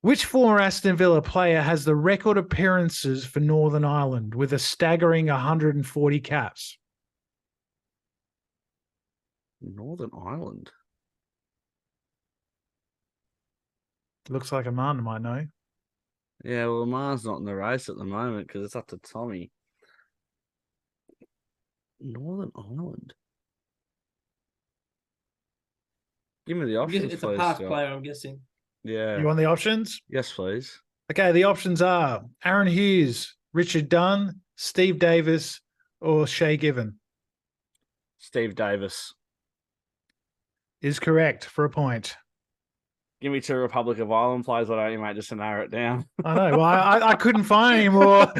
Speaker 1: Which former Aston Villa player has the record appearances for Northern Ireland with a staggering 140 caps?
Speaker 2: Northern Ireland.
Speaker 1: Looks like Amanda might know.
Speaker 2: Yeah, well, Lamar's not in the race at the moment because it's up to Tommy. Northern Ireland. Give me the
Speaker 4: I'm guessing
Speaker 2: options,
Speaker 4: It's a
Speaker 2: please.
Speaker 4: past
Speaker 2: Scott.
Speaker 4: player, I'm guessing.
Speaker 2: Yeah.
Speaker 1: You want the options?
Speaker 2: Yes, please.
Speaker 1: Okay, the options are Aaron Hughes, Richard Dunn, Steve Davis, or Shea Given
Speaker 2: Steve Davis.
Speaker 1: is correct for a point.
Speaker 2: Give me two Republic of Ireland players. I don't, you mate, just to narrow it down.
Speaker 1: I know. Well, I, I couldn't find any more.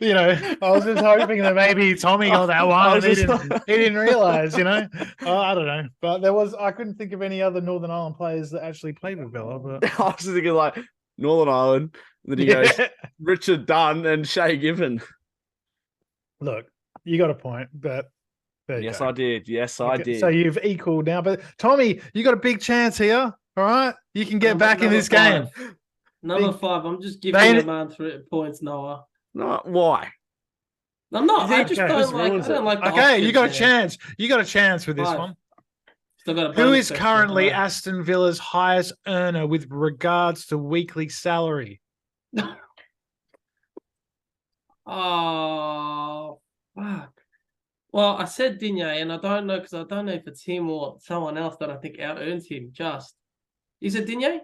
Speaker 1: you know, I was just hoping that maybe Tommy got that
Speaker 2: I
Speaker 1: one.
Speaker 2: was
Speaker 1: And he,
Speaker 2: just-
Speaker 1: didn't, he didn't realize, you know. Uh, I don't know, but there was. I couldn't think of any other Northern Ireland players that actually played with Villa. But
Speaker 2: I was just thinking like Northern Ireland. Then he goes
Speaker 1: yeah.
Speaker 2: Richard Dunn and Shay Given.
Speaker 1: look, you got a point, but there you
Speaker 2: Yes,
Speaker 1: go.
Speaker 2: I did. Yes, I
Speaker 1: Okay,
Speaker 2: did.
Speaker 1: So you've equaled now, but Tommy, you got a big chance here. All right, you can get
Speaker 4: Number-
Speaker 1: back in
Speaker 4: number
Speaker 1: this game.
Speaker 4: five. Number five, I'm just giving
Speaker 1: They-
Speaker 4: a man three points, Noah.
Speaker 2: No, why?
Speaker 4: I'm
Speaker 1: Is
Speaker 4: not.
Speaker 1: it-
Speaker 4: I just
Speaker 1: okay,
Speaker 4: don't
Speaker 1: this
Speaker 4: like.
Speaker 2: ruins
Speaker 4: I don't
Speaker 2: it.
Speaker 4: like. the
Speaker 1: Okay, you
Speaker 4: options
Speaker 1: got a
Speaker 4: there.
Speaker 1: chance. You got a chance with this
Speaker 4: Five.
Speaker 1: one.
Speaker 4: Still got a
Speaker 1: Who
Speaker 4: bonus
Speaker 1: is
Speaker 4: question,
Speaker 1: currently
Speaker 4: right?
Speaker 1: Aston Villa's highest earner with regards to weekly salary?
Speaker 4: Oh fuck. Well, I said Digne, and I don't know because I don't know if it's him or someone else that I think out earns him. Just is it Digne?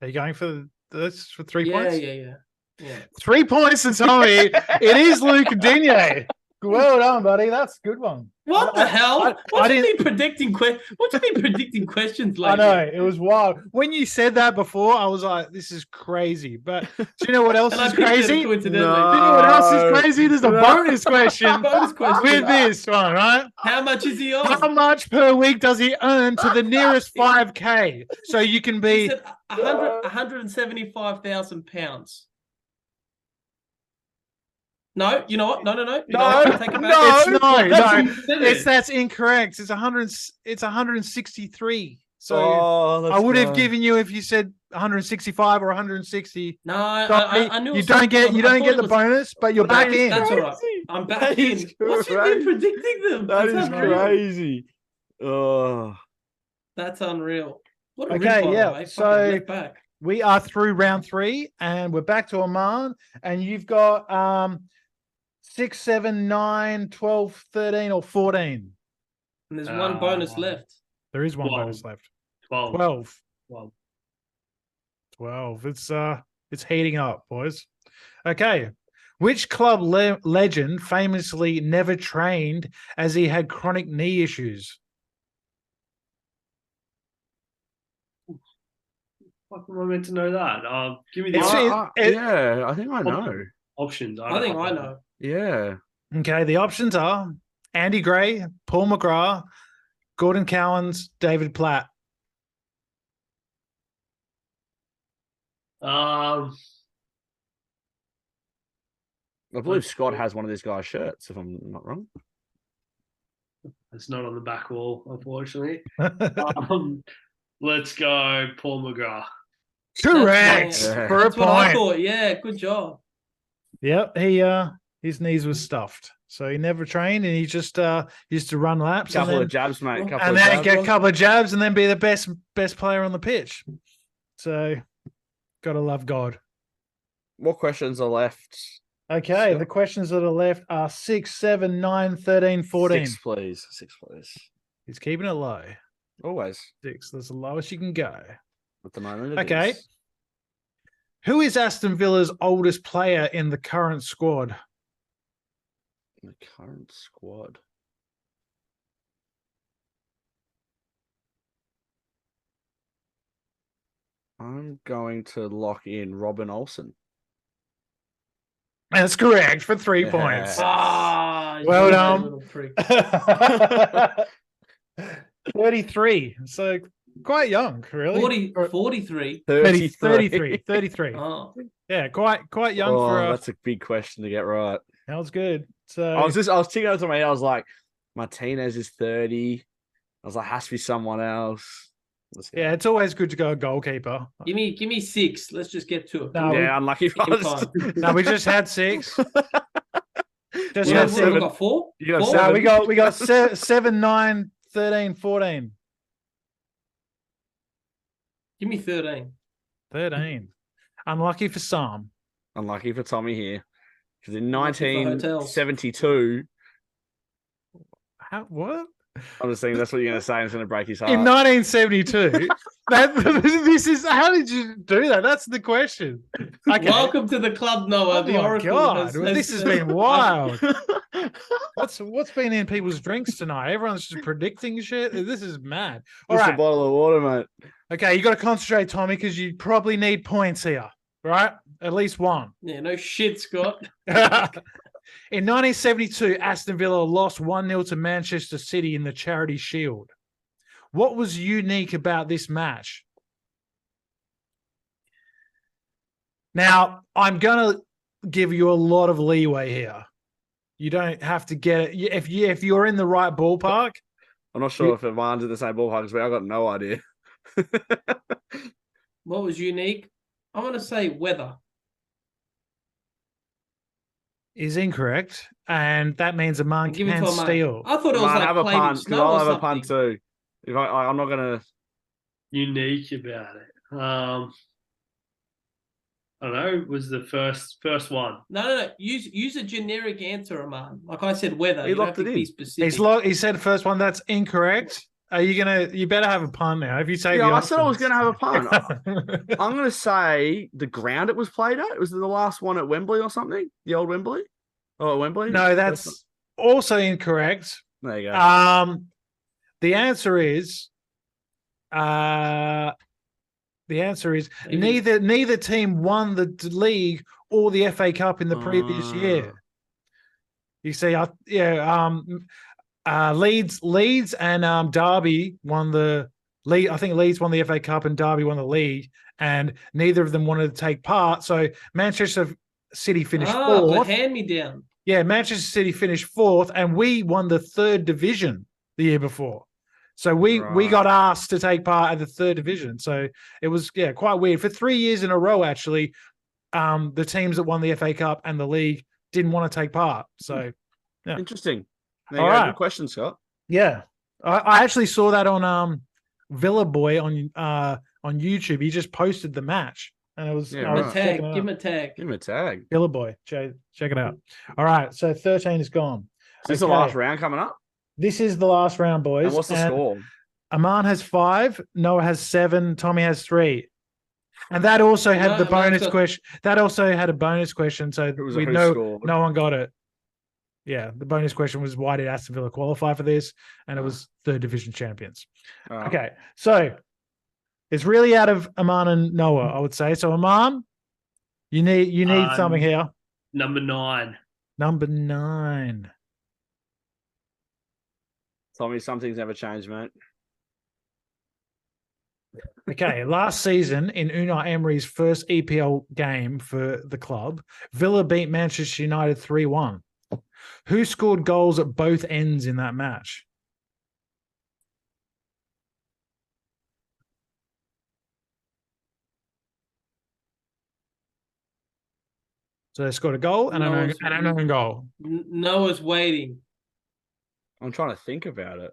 Speaker 1: Are you going for this for three
Speaker 4: yeah,
Speaker 1: points?
Speaker 4: yeah, yeah, yeah.
Speaker 1: Three points to Tommy. it is Luke Digne. Well done, buddy. That's a good one.
Speaker 4: What the hell?
Speaker 1: I-
Speaker 4: what
Speaker 1: I
Speaker 4: do you
Speaker 1: didn't-
Speaker 4: mean predicting que- What do you mean predicting questions
Speaker 1: I
Speaker 4: like?
Speaker 1: know it was wild. When you said that before, I was like, "This is crazy." But do you know what else
Speaker 4: And I
Speaker 1: is
Speaker 4: picked
Speaker 1: crazy?
Speaker 4: it
Speaker 1: Do you
Speaker 4: coincidentally.
Speaker 1: know what else
Speaker 2: No.
Speaker 1: is crazy? There's a
Speaker 2: No.
Speaker 1: bonus question
Speaker 4: Bonus question.
Speaker 1: with
Speaker 4: Oh.
Speaker 1: this one, right?
Speaker 4: How much is he on?
Speaker 1: How much per week does he earn to the nearest 5K? So you can
Speaker 4: He
Speaker 1: be
Speaker 4: said a hundred- 175,000 pounds. No, you know what? No, no, no. You know
Speaker 2: No,
Speaker 4: what? Take it back.
Speaker 2: no.
Speaker 1: It's no,
Speaker 2: that's
Speaker 1: no.
Speaker 3: Said
Speaker 1: It's
Speaker 3: it.
Speaker 1: that's incorrect. It's 100 it's 163. So
Speaker 2: oh,
Speaker 1: I
Speaker 2: let's
Speaker 1: would
Speaker 2: go.
Speaker 1: have given you if you said 165 or 160.
Speaker 4: No, I,
Speaker 1: Sorry,
Speaker 4: I, I knew it
Speaker 1: you
Speaker 4: was
Speaker 1: don't
Speaker 4: something-
Speaker 1: get you
Speaker 4: I
Speaker 1: don't
Speaker 4: thought
Speaker 1: get
Speaker 4: it
Speaker 1: the
Speaker 4: was-
Speaker 1: bonus, but you're
Speaker 4: That
Speaker 1: back
Speaker 4: is-
Speaker 1: in.
Speaker 4: that's all right. I'm back
Speaker 2: That
Speaker 4: in.
Speaker 2: is
Speaker 4: What's with
Speaker 2: correct.
Speaker 4: you predicting them?
Speaker 2: That is
Speaker 4: That's unreal.
Speaker 2: crazy. Oh,
Speaker 4: That's unreal. What a
Speaker 1: Okay,
Speaker 4: rip, by the
Speaker 1: yeah,
Speaker 4: way. Fucking
Speaker 1: so-
Speaker 4: left back.
Speaker 1: We are through round three and we're back to Oman. And you've got um six, seven, nine, 12, 13, or 14.
Speaker 4: And there's one bonus
Speaker 3: Uh,
Speaker 4: left.
Speaker 1: There is one
Speaker 3: Twelve.
Speaker 1: bonus left.
Speaker 3: 12.
Speaker 1: 12.
Speaker 3: 12.
Speaker 1: 12. It's uh it's heating up, boys. Okay. Which club le- legend famously never trained as he had chronic knee issues?
Speaker 3: Fuck am I meant to know that? Uh, give me the
Speaker 1: It's-
Speaker 2: I-
Speaker 1: it-
Speaker 2: I-
Speaker 1: it- Oh.
Speaker 2: yeah. I think I know.
Speaker 3: options.
Speaker 4: I think I know.
Speaker 2: Yeah.
Speaker 1: Okay, the options are Andy Gray, Paul McGrath, Gordon Cowans, David Platt.
Speaker 3: Um,
Speaker 2: I
Speaker 1: Oh.
Speaker 2: believe Scott has one of these guys' shirts, if I'm not wrong.
Speaker 3: it's not on the back wall, unfortunately. Um, let's go, Paul McGrath.
Speaker 1: Correct.
Speaker 2: Yeah.
Speaker 1: For a
Speaker 4: That's what I
Speaker 1: point.
Speaker 4: thought. Yeah, good job.
Speaker 1: Yep, he uh his knees were stuffed, so he never trained, and he just uh used to run laps and
Speaker 2: Couple
Speaker 1: then,
Speaker 2: of jabs, mate. Couple
Speaker 1: and
Speaker 2: of
Speaker 1: then
Speaker 2: jabs.
Speaker 1: get a couple of jabs and then be the best best player on the pitch. So, gotta love God.
Speaker 2: What questions are left?
Speaker 1: Okay,
Speaker 2: Sure.
Speaker 1: the questions that are left are six, seven, nine, 13, 14.
Speaker 2: Six, please. Six, please.
Speaker 1: He's keeping it low.
Speaker 2: Always
Speaker 1: Six. That's the lowest you can go.
Speaker 2: at the moment. it
Speaker 1: Okay.
Speaker 2: is.
Speaker 1: Who is Aston Villa's oldest player in the current squad?
Speaker 2: The current squad. I'm going to lock in Robin Olsen.
Speaker 1: That's correct for three
Speaker 2: Yeah.
Speaker 1: points.
Speaker 4: Ah, you
Speaker 1: Well
Speaker 4: little
Speaker 1: done.
Speaker 4: prick.
Speaker 1: 33. So quite young, really.
Speaker 4: 40,
Speaker 1: Or-
Speaker 4: 43.
Speaker 1: 30,
Speaker 2: 33.
Speaker 1: 33. 33.
Speaker 4: Oh.
Speaker 1: Yeah, quite quite young
Speaker 2: Oh,
Speaker 1: for a.
Speaker 2: that's a big question to get right.
Speaker 1: That was good. So
Speaker 2: I was just I was thinking over to my I was like, Martinez is 30. I was like, has to be someone else. Let's go.
Speaker 1: yeah, it's always good to go goalkeeper.
Speaker 4: Give me give me six. Let's just get to it.
Speaker 1: No, we-
Speaker 2: yeah, unlucky for
Speaker 4: Give me
Speaker 2: us.
Speaker 4: five.
Speaker 1: no, we just had six. Just
Speaker 4: We've
Speaker 2: Yeah,
Speaker 1: had
Speaker 4: got- we've
Speaker 1: seven.
Speaker 2: seven.
Speaker 4: got four.
Speaker 2: You got
Speaker 4: Four?
Speaker 1: No,
Speaker 2: seven.
Speaker 1: we got we got se- seven, nine, 13, 14.
Speaker 4: Give me 13.
Speaker 1: 13. Unlucky for some.
Speaker 2: Unlucky for Tommy here, because in
Speaker 4: Unlucky for hotels.
Speaker 2: 1972,
Speaker 1: How, what?
Speaker 2: I'm just thinking that's what you're going to say. and It's going to break
Speaker 4: Uh,
Speaker 2: his heart.
Speaker 1: In 1972. that, this is how did you do that? That's the question. Okay.
Speaker 4: Welcome to the club, Noah.
Speaker 1: Oh
Speaker 4: the
Speaker 1: my
Speaker 4: Oracle.
Speaker 1: God,
Speaker 4: has-
Speaker 1: this has been wild. What's what's been in people's drinks tonight? Everyone's just predicting shit. This is mad. All
Speaker 2: Just
Speaker 1: right.
Speaker 2: a bottle of water, mate.
Speaker 1: Okay, you got to concentrate, Tommy, because you probably need points here, right? At least one.
Speaker 4: yeah, no shit, Scott.
Speaker 1: in 1972, Aston Villa lost 1 0 to Manchester City in the Charity Shield. What was unique about this match? Now, I'm going to give you a lot of leeway here. You don't have to get it. If, you, if you're in the right ballpark,
Speaker 2: I'm not sure if Ivan's in the same ballpark as me. I got no idea.
Speaker 4: What was unique? I want to say weather.
Speaker 1: is incorrect. And that means a man
Speaker 4: I'll give it
Speaker 1: can
Speaker 4: to a man.
Speaker 1: steal.
Speaker 4: I thought it was
Speaker 2: Ivan,
Speaker 4: like
Speaker 2: have a
Speaker 4: played in
Speaker 2: punt because
Speaker 4: snow or
Speaker 2: I'll have a punt
Speaker 4: something.
Speaker 2: too. If I, I, I'm not going to.
Speaker 3: unique about it. Um, I don't know. Was the first first one?
Speaker 4: No, no, no. Use use a generic answer, Amar. Like I said, weather.
Speaker 2: He
Speaker 4: You don't
Speaker 2: locked
Speaker 4: have
Speaker 2: it
Speaker 4: to be
Speaker 2: in.
Speaker 4: Specific.
Speaker 1: He's lo- he said first one. That's incorrect. Are you gonna? You better have a pun now. If you say,
Speaker 2: Yeah,
Speaker 1: the
Speaker 2: I said I was going to have a punt. I-
Speaker 1: options.
Speaker 2: I'm going to say the ground it was played at. Was it the last one at Wembley or something? The old Wembley? Oh, Wembley?
Speaker 1: no, that's also incorrect.
Speaker 2: not- There you go.
Speaker 1: Um, the answer is, uh, the answer is
Speaker 4: Maybe.
Speaker 1: neither. Neither team won the d- league or the FA Cup in the previous
Speaker 2: Ah.
Speaker 1: year. You see, I yeah. Um, uh, Leeds, Leeds, and um, Derby won the league. I think Leeds won the FA Cup and Derby won the league, and neither of them wanted to take part. So Manchester City finished
Speaker 4: ah, the
Speaker 1: fourth.
Speaker 4: hand me down.
Speaker 1: Yeah, Manchester City finished fourth, and we won the third division the year before. So we we
Speaker 2: Right.
Speaker 1: got asked to take part at the third division. So it was yeah quite weird for three years in a row. Actually, um, the teams that won the FA Cup and the league didn't want to take part. So yeah.
Speaker 2: Interesting. There you
Speaker 1: All
Speaker 2: go.
Speaker 1: right.
Speaker 2: Good question, Scott.
Speaker 1: yeah, I, I actually saw that on um Villa Boy on uh on YouTube. He just posted the match, and it was
Speaker 2: Yeah,
Speaker 1: I
Speaker 4: Give
Speaker 1: was
Speaker 4: him
Speaker 1: checking
Speaker 2: right.
Speaker 4: a tag.
Speaker 1: it
Speaker 4: Give
Speaker 1: out.
Speaker 4: him Mm. a tag.
Speaker 2: Give him a tag. Is
Speaker 1: Villa Boy. Check, check it out. All right, so thirteen is gone.
Speaker 2: this the
Speaker 1: Okay.
Speaker 2: last round coming up?
Speaker 1: This is the last round, boys.
Speaker 2: And what's the
Speaker 1: and
Speaker 2: score?
Speaker 1: Aman has five, Noah has seven, Tommy has three. And that also had
Speaker 4: No,
Speaker 1: the
Speaker 4: Aman's
Speaker 1: bonus
Speaker 4: got-
Speaker 1: question. That also had a bonus question, so
Speaker 2: It was a
Speaker 1: we
Speaker 2: who
Speaker 1: know
Speaker 2: scored.
Speaker 1: no one got it. Yeah, the bonus question was why did Aston Villa qualify for this? And it
Speaker 2: Ah.
Speaker 1: was third division champions.
Speaker 2: All right.
Speaker 1: Okay, so it's really out of Aman and Noah, I would say. So Aman, you need you need
Speaker 3: Um,
Speaker 1: something here.
Speaker 3: Number nine.
Speaker 1: Number nine.
Speaker 2: Tommy, something's never changed, mate.
Speaker 1: Okay, last season in Unai Emery's first EPL game for the club, Villa beat Manchester United 3 1. Who scored goals at both ends in that match? So they scored a goal and
Speaker 4: No
Speaker 1: an,
Speaker 4: one's-
Speaker 1: own- and an own goal.
Speaker 4: N- Noah's waiting.
Speaker 2: I'm trying to think about it.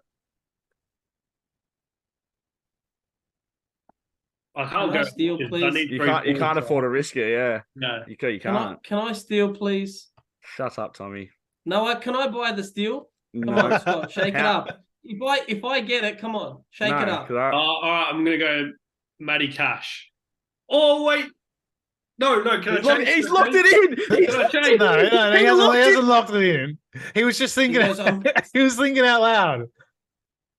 Speaker 3: I can't
Speaker 4: Can
Speaker 3: go.
Speaker 4: I steal,
Speaker 3: options.
Speaker 4: please?
Speaker 3: need
Speaker 2: You
Speaker 3: three
Speaker 2: can't. You
Speaker 3: points.
Speaker 2: can't afford to risk it. Yeah,
Speaker 3: No.
Speaker 2: you can. You
Speaker 4: Can I,
Speaker 2: can't.
Speaker 4: can I steal, please?
Speaker 2: Shut up, Tommy.
Speaker 4: Noah, can I buy the steal? Come
Speaker 2: No,
Speaker 4: on, Scott, shake it
Speaker 2: How-
Speaker 4: up. If I if I get it, come on, shake
Speaker 2: no,
Speaker 4: it up.
Speaker 2: 'cause
Speaker 3: Uh,
Speaker 2: I-
Speaker 3: all right, I'm gonna go. Matty Cash. Oh wait. No, no. Can
Speaker 2: He's
Speaker 3: I
Speaker 2: locked,
Speaker 3: change?
Speaker 2: he's
Speaker 3: it,
Speaker 2: locked
Speaker 3: please?
Speaker 2: it in. He's
Speaker 3: Can I
Speaker 2: locked
Speaker 3: change?
Speaker 1: No,
Speaker 2: it
Speaker 1: no,
Speaker 2: in.
Speaker 1: he hasn't, he
Speaker 2: locked it.
Speaker 1: hasn't locked it in. He was just thinking.
Speaker 4: Because I'm-
Speaker 1: he was thinking out loud.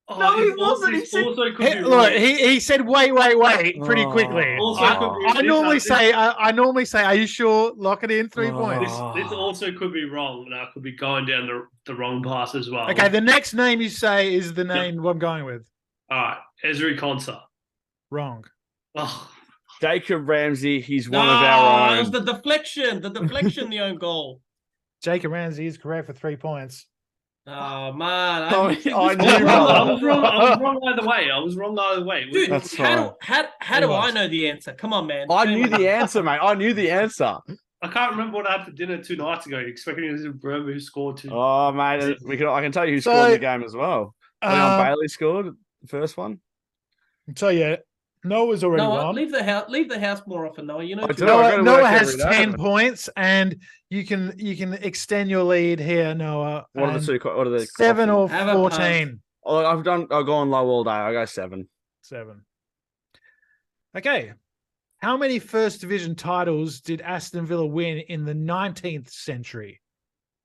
Speaker 3: Oh,
Speaker 2: No, he
Speaker 3: this also-
Speaker 2: wasn't. He
Speaker 3: this
Speaker 2: said-
Speaker 3: also could
Speaker 1: He,
Speaker 3: be
Speaker 1: look,
Speaker 3: wrong.
Speaker 1: he, he said, "Wait, wait, wait!"
Speaker 2: Oh.
Speaker 1: Pretty quickly.
Speaker 3: Also
Speaker 1: I,
Speaker 3: could be
Speaker 1: I
Speaker 3: this-
Speaker 1: normally
Speaker 3: this-
Speaker 1: say, I, I normally say, "Are you sure? Lock it in, three
Speaker 2: Oh.
Speaker 1: points."
Speaker 3: This, this also could be wrong, and I could be going down the, the wrong path as well.
Speaker 1: Okay, the next name you say is the name I'm going with.
Speaker 3: All right, Ezri Konsa.
Speaker 1: Wrong.
Speaker 3: Oh,
Speaker 2: Jacob Ramsey. He's
Speaker 4: No,
Speaker 2: one of our
Speaker 4: Ah, it was
Speaker 2: own.
Speaker 4: the deflection, the deflection, the own goal.
Speaker 1: Jacob Ramsey is correct for three points.
Speaker 4: Oh man,
Speaker 2: Oh,
Speaker 4: I,
Speaker 2: I
Speaker 3: I, was
Speaker 2: knew,
Speaker 3: wrong, I
Speaker 2: brother.
Speaker 3: was wrong. I was wrong either way. I was wrong either way.
Speaker 4: dude.
Speaker 2: That's
Speaker 4: how
Speaker 2: fine.
Speaker 4: do how, how
Speaker 1: He
Speaker 4: do I
Speaker 1: was.
Speaker 4: know the answer? Come on, man.
Speaker 2: I
Speaker 4: Shame
Speaker 2: knew
Speaker 4: on you.
Speaker 2: the answer, mate. I knew the answer.
Speaker 3: I can't remember what I had for dinner two
Speaker 1: Oh.
Speaker 3: nights ago. Expecting you to remember who scored two.
Speaker 2: Oh, mate. We can. I can tell you who
Speaker 1: So-
Speaker 2: scored in the game as well. Leon
Speaker 1: Um,
Speaker 2: Bailey scored the first one.
Speaker 1: so yeah, Noah's already
Speaker 4: Noah,
Speaker 1: won.
Speaker 4: leave the house. Leave the house more often, Noah. You know.
Speaker 2: I
Speaker 4: if
Speaker 2: do.
Speaker 4: you-
Speaker 2: I've
Speaker 1: Noah,
Speaker 2: gotta
Speaker 1: Noah
Speaker 2: work
Speaker 1: has
Speaker 2: every day.
Speaker 1: ten points, and you can you can extend your lead here, Noah.
Speaker 2: What are the
Speaker 1: and
Speaker 2: two? co- What are the
Speaker 1: um, Seven or
Speaker 4: Have a punt.
Speaker 1: fourteen.
Speaker 2: Oh, I've done. I've gone low all day. I go seven.
Speaker 1: Seven. Okay. How many first division titles did Aston Villa win in the 19th century?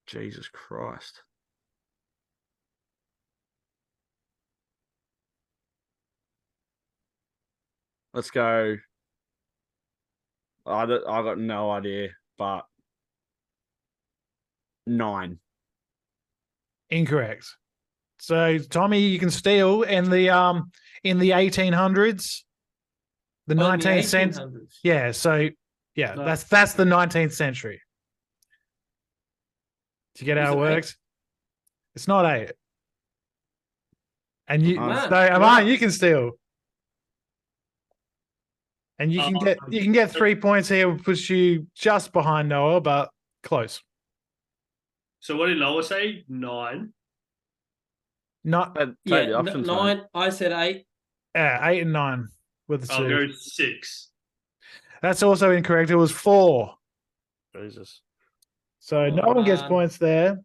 Speaker 2: Jesus Christ. Let's go. I don't- I got no idea, but nine.
Speaker 1: Incorrect. So Tommy, you can steal in the um in the 1800s, the
Speaker 4: Oh, in the
Speaker 1: 19th century.
Speaker 4: 1800s.
Speaker 1: Yeah. So yeah,
Speaker 4: No.
Speaker 1: that's that's the 19th century. Do you get how
Speaker 4: Is
Speaker 1: it
Speaker 4: it eight?
Speaker 1: works? It's not eight. And you,
Speaker 4: Oh,
Speaker 1: so
Speaker 2: Aman.
Speaker 1: Aman, you can steal. And you can
Speaker 3: Oh,
Speaker 1: get you can get three points here, which puts you just behind Noah, but close.
Speaker 3: So what did Noah say? Nine.
Speaker 1: Not
Speaker 2: Play- play the
Speaker 4: Yeah, n-
Speaker 2: options, man.
Speaker 4: nine. I said eight.
Speaker 1: yeah, eight and nine with the
Speaker 4: Oh,
Speaker 3: I'll
Speaker 1: two.
Speaker 3: go six.
Speaker 1: That's also incorrect. It was four.
Speaker 2: Jesus.
Speaker 1: So no
Speaker 4: Oh,
Speaker 1: one gets
Speaker 4: man.
Speaker 1: points there.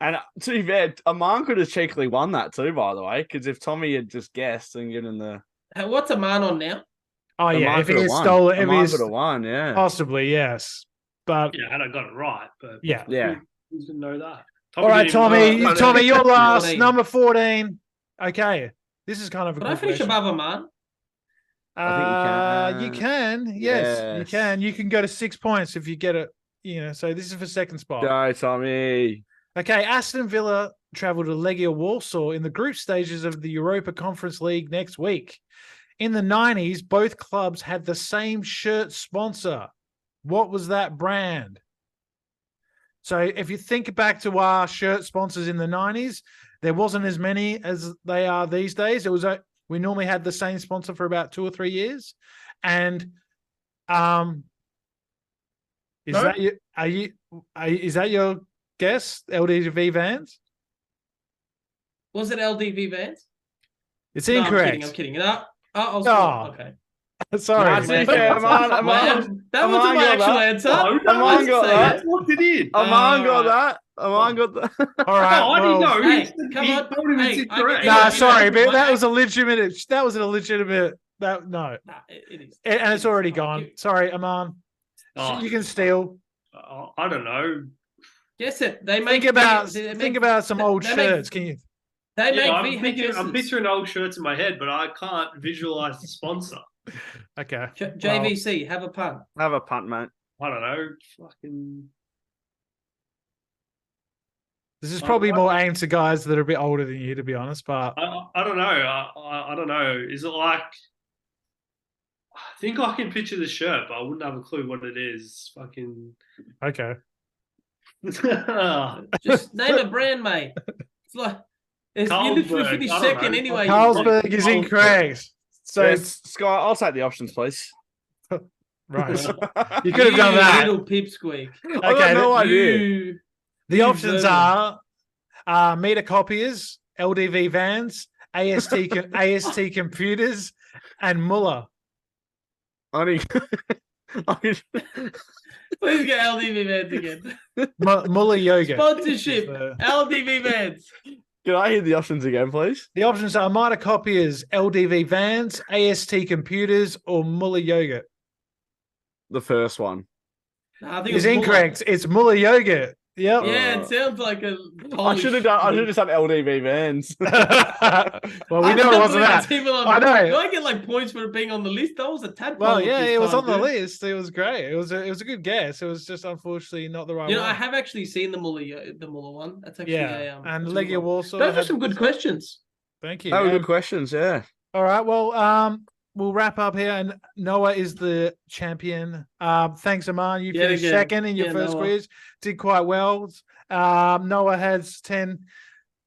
Speaker 2: And uh, to be fair, Aman could have cheekily won that too, by the way, because if Tommy had just guessed and given the.
Speaker 4: Hey, what's a man on now?
Speaker 1: Oh yeah,
Speaker 2: Aman
Speaker 1: if
Speaker 2: could
Speaker 1: it
Speaker 2: have
Speaker 1: is
Speaker 2: won.
Speaker 1: stolen, if Oh,
Speaker 2: Aman
Speaker 1: it
Speaker 2: could
Speaker 1: is
Speaker 2: have won, yeah.
Speaker 1: possibly yes, but
Speaker 3: Yeah, had I got it right, but
Speaker 1: yeah.
Speaker 2: Yeah.
Speaker 3: who's gonna know that?
Speaker 1: All right,
Speaker 4: even
Speaker 1: Tommy,
Speaker 4: know.
Speaker 1: Tommy, you're last,
Speaker 4: 14.
Speaker 1: number fourteen. Okay, this is kind of a.
Speaker 4: But
Speaker 1: cool
Speaker 4: I finish
Speaker 1: question.
Speaker 4: above a man.
Speaker 1: Uh,
Speaker 2: I
Speaker 1: you
Speaker 2: think you uh,
Speaker 1: can, yes, you
Speaker 2: Yes.
Speaker 1: can. You can go to six points if you get it. You know, so this is for second spot.
Speaker 2: Go, Tommy.
Speaker 1: Okay, Aston Villa travel to Legia Warsaw in the group stages of the Europa Conference League next week. In the 90s, both clubs had the same shirt sponsor. What was that brand? So if you think back to our shirt sponsors in the 90s, there wasn't as many as they are these days. It was a, we normally had the same sponsor for about 2 or 3 years and um is
Speaker 3: No.
Speaker 1: that you, are you are, you- is that your guess, LDV Vans?
Speaker 4: Was it LDV Vans?
Speaker 1: It's
Speaker 4: No,
Speaker 1: incorrect.
Speaker 4: I'm kidding. I'm kidding. No, I- I was
Speaker 1: Oh,
Speaker 4: okay.
Speaker 1: Sorry.
Speaker 2: Nah, to be fair, Aman, Aman,
Speaker 4: Man, that
Speaker 2: Am I
Speaker 4: wasn't my
Speaker 2: got
Speaker 4: actual
Speaker 2: that?
Speaker 4: answer.
Speaker 3: No,
Speaker 4: I
Speaker 2: Am I
Speaker 4: didn't
Speaker 2: got
Speaker 4: say
Speaker 2: that?
Speaker 4: it.
Speaker 3: What did he?
Speaker 2: Aman got
Speaker 4: Uh,
Speaker 2: that. Aman got that.
Speaker 1: All right.
Speaker 3: oh, I
Speaker 1: well,
Speaker 3: didn't know.
Speaker 4: Hey,
Speaker 3: he said
Speaker 4: come
Speaker 3: he
Speaker 4: on.
Speaker 3: told him it's
Speaker 4: Hey, I can
Speaker 3: incorrect.
Speaker 4: do
Speaker 1: Nah,
Speaker 4: Yeah,
Speaker 1: sorry,
Speaker 4: you know,
Speaker 1: but that
Speaker 4: my-
Speaker 1: was a legitimate. That was a legitimate. That no,
Speaker 4: Nah, it, it is.
Speaker 1: and, and it's
Speaker 4: It is.
Speaker 1: already
Speaker 4: Oh,
Speaker 1: gone.
Speaker 4: you-
Speaker 1: Sorry, Aman.
Speaker 3: Oh,
Speaker 1: you can steal.
Speaker 3: oh, I don't know.
Speaker 4: Guess it. They make
Speaker 1: Think about
Speaker 4: they, they
Speaker 1: think
Speaker 4: make,
Speaker 1: about some
Speaker 4: they-
Speaker 1: old
Speaker 4: they make-
Speaker 1: shirts. Can you?
Speaker 4: They
Speaker 3: Yeah,
Speaker 4: make
Speaker 3: I'm,
Speaker 4: VHS.
Speaker 3: picturing, I'm picturing old shirts in my head, but I can't visualize the sponsor.
Speaker 1: Okay.
Speaker 4: J- JVC. Have a pun.
Speaker 2: Have a punt, mate.
Speaker 3: I don't know. Fucking.
Speaker 1: This is probably more aimed to guys that are a bit older than you, to be honest. But
Speaker 3: I, I don't know. I, I, I don't know. Is it like? I think I can picture the shirt, but I wouldn't have a clue what it is. Fucking.
Speaker 1: okay.
Speaker 3: Carlsberg.
Speaker 4: Just name a brand, mate. It's like it's, you literally
Speaker 3: I
Speaker 4: finished
Speaker 3: don't
Speaker 4: second
Speaker 3: know.
Speaker 4: anyway. you
Speaker 1: Carlsberg is
Speaker 3: Carlsberg.
Speaker 1: incorrect. So
Speaker 2: So, Sky, I'll take the options, please.
Speaker 1: right,
Speaker 2: I
Speaker 1: you could have done
Speaker 4: You
Speaker 1: that.
Speaker 4: Little pipsqueak.
Speaker 1: Okay,
Speaker 2: got no idea.
Speaker 4: You,
Speaker 1: The
Speaker 4: you
Speaker 1: options
Speaker 4: vermin.
Speaker 1: are uh, meter copiers, LDV vans, AST co- AST computers, and Muller.
Speaker 2: I mean, I mean,
Speaker 4: Please get LDV Vans again.
Speaker 1: M- Muller yoga.
Speaker 4: Sponsorship.
Speaker 1: The,
Speaker 4: LDV Vans.
Speaker 2: can I hear the options again, please?
Speaker 1: the options are Mitre copiers, LDV vans, AST computers, or Muller yogurt.
Speaker 2: The first one.
Speaker 4: Nah, I think
Speaker 1: It's
Speaker 4: it was more like-
Speaker 1: incorrect. It's Muller yogurt. Yep.
Speaker 4: Yeah, it sounds like a.
Speaker 2: I should have done. I should have done LDV Vans.
Speaker 1: well, we know it wasn't that. I know.
Speaker 4: Do I get like points for it being on the list? That was a tadpole.
Speaker 1: Well, yeah,
Speaker 4: this
Speaker 1: it was
Speaker 4: time,
Speaker 1: on the
Speaker 4: dude.
Speaker 1: list. It was great. It was a, it was a good guess. It was just unfortunately not the right
Speaker 4: You know, I
Speaker 1: one.
Speaker 4: have actually seen the Muller, uh, the Muller one. That's actually
Speaker 1: yeah,
Speaker 4: a, um,
Speaker 1: and
Speaker 4: that's a good
Speaker 1: Legia
Speaker 4: one.
Speaker 1: Warsaw.
Speaker 4: Those are
Speaker 1: had-
Speaker 4: some good questions.
Speaker 1: Thank you.
Speaker 2: That were
Speaker 1: And-
Speaker 2: good questions. Yeah.
Speaker 1: All right. Well, um, we'll wrap up here, and Noah is the champion. Um, thanks, Aman. You
Speaker 4: Yet
Speaker 1: finished
Speaker 4: again.
Speaker 1: second in your
Speaker 4: Yeah,
Speaker 1: first
Speaker 4: Noah.
Speaker 1: quiz. Did quite well. Um, Noah has ten.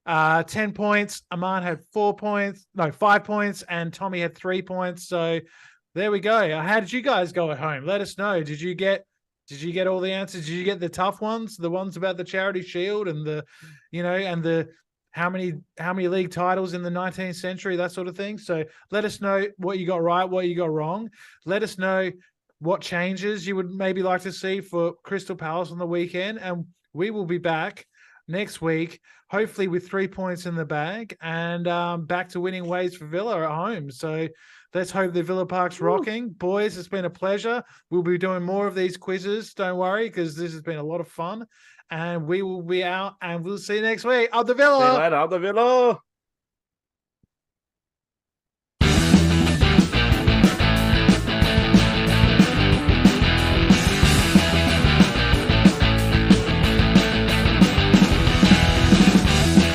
Speaker 1: Uh, 10 points. Aman had four points, no, five points, and Tommy had three points. So there we go. Uh, How did you guys go at home? Let us know. Did you get did you get all the answers? Did you get the tough ones? The ones about the charity shield and the you know and the how many how many league titles in the 19th century, that sort of thing. So let us know what you got right, what you got wrong. Let us know what changes you would maybe like to see for Crystal Palace on the weekend, and we will be back next week, hopefully with three points in the bag and um, back to winning ways for Villa at home. So let's hope the Villa Park's rocking, boys. It's been a pleasure. We'll be doing more of these quizzes. Don't worry, because this has been a lot of fun, and we will be out and we'll see you next week. Up the Villa.
Speaker 2: See you later, up the Villa.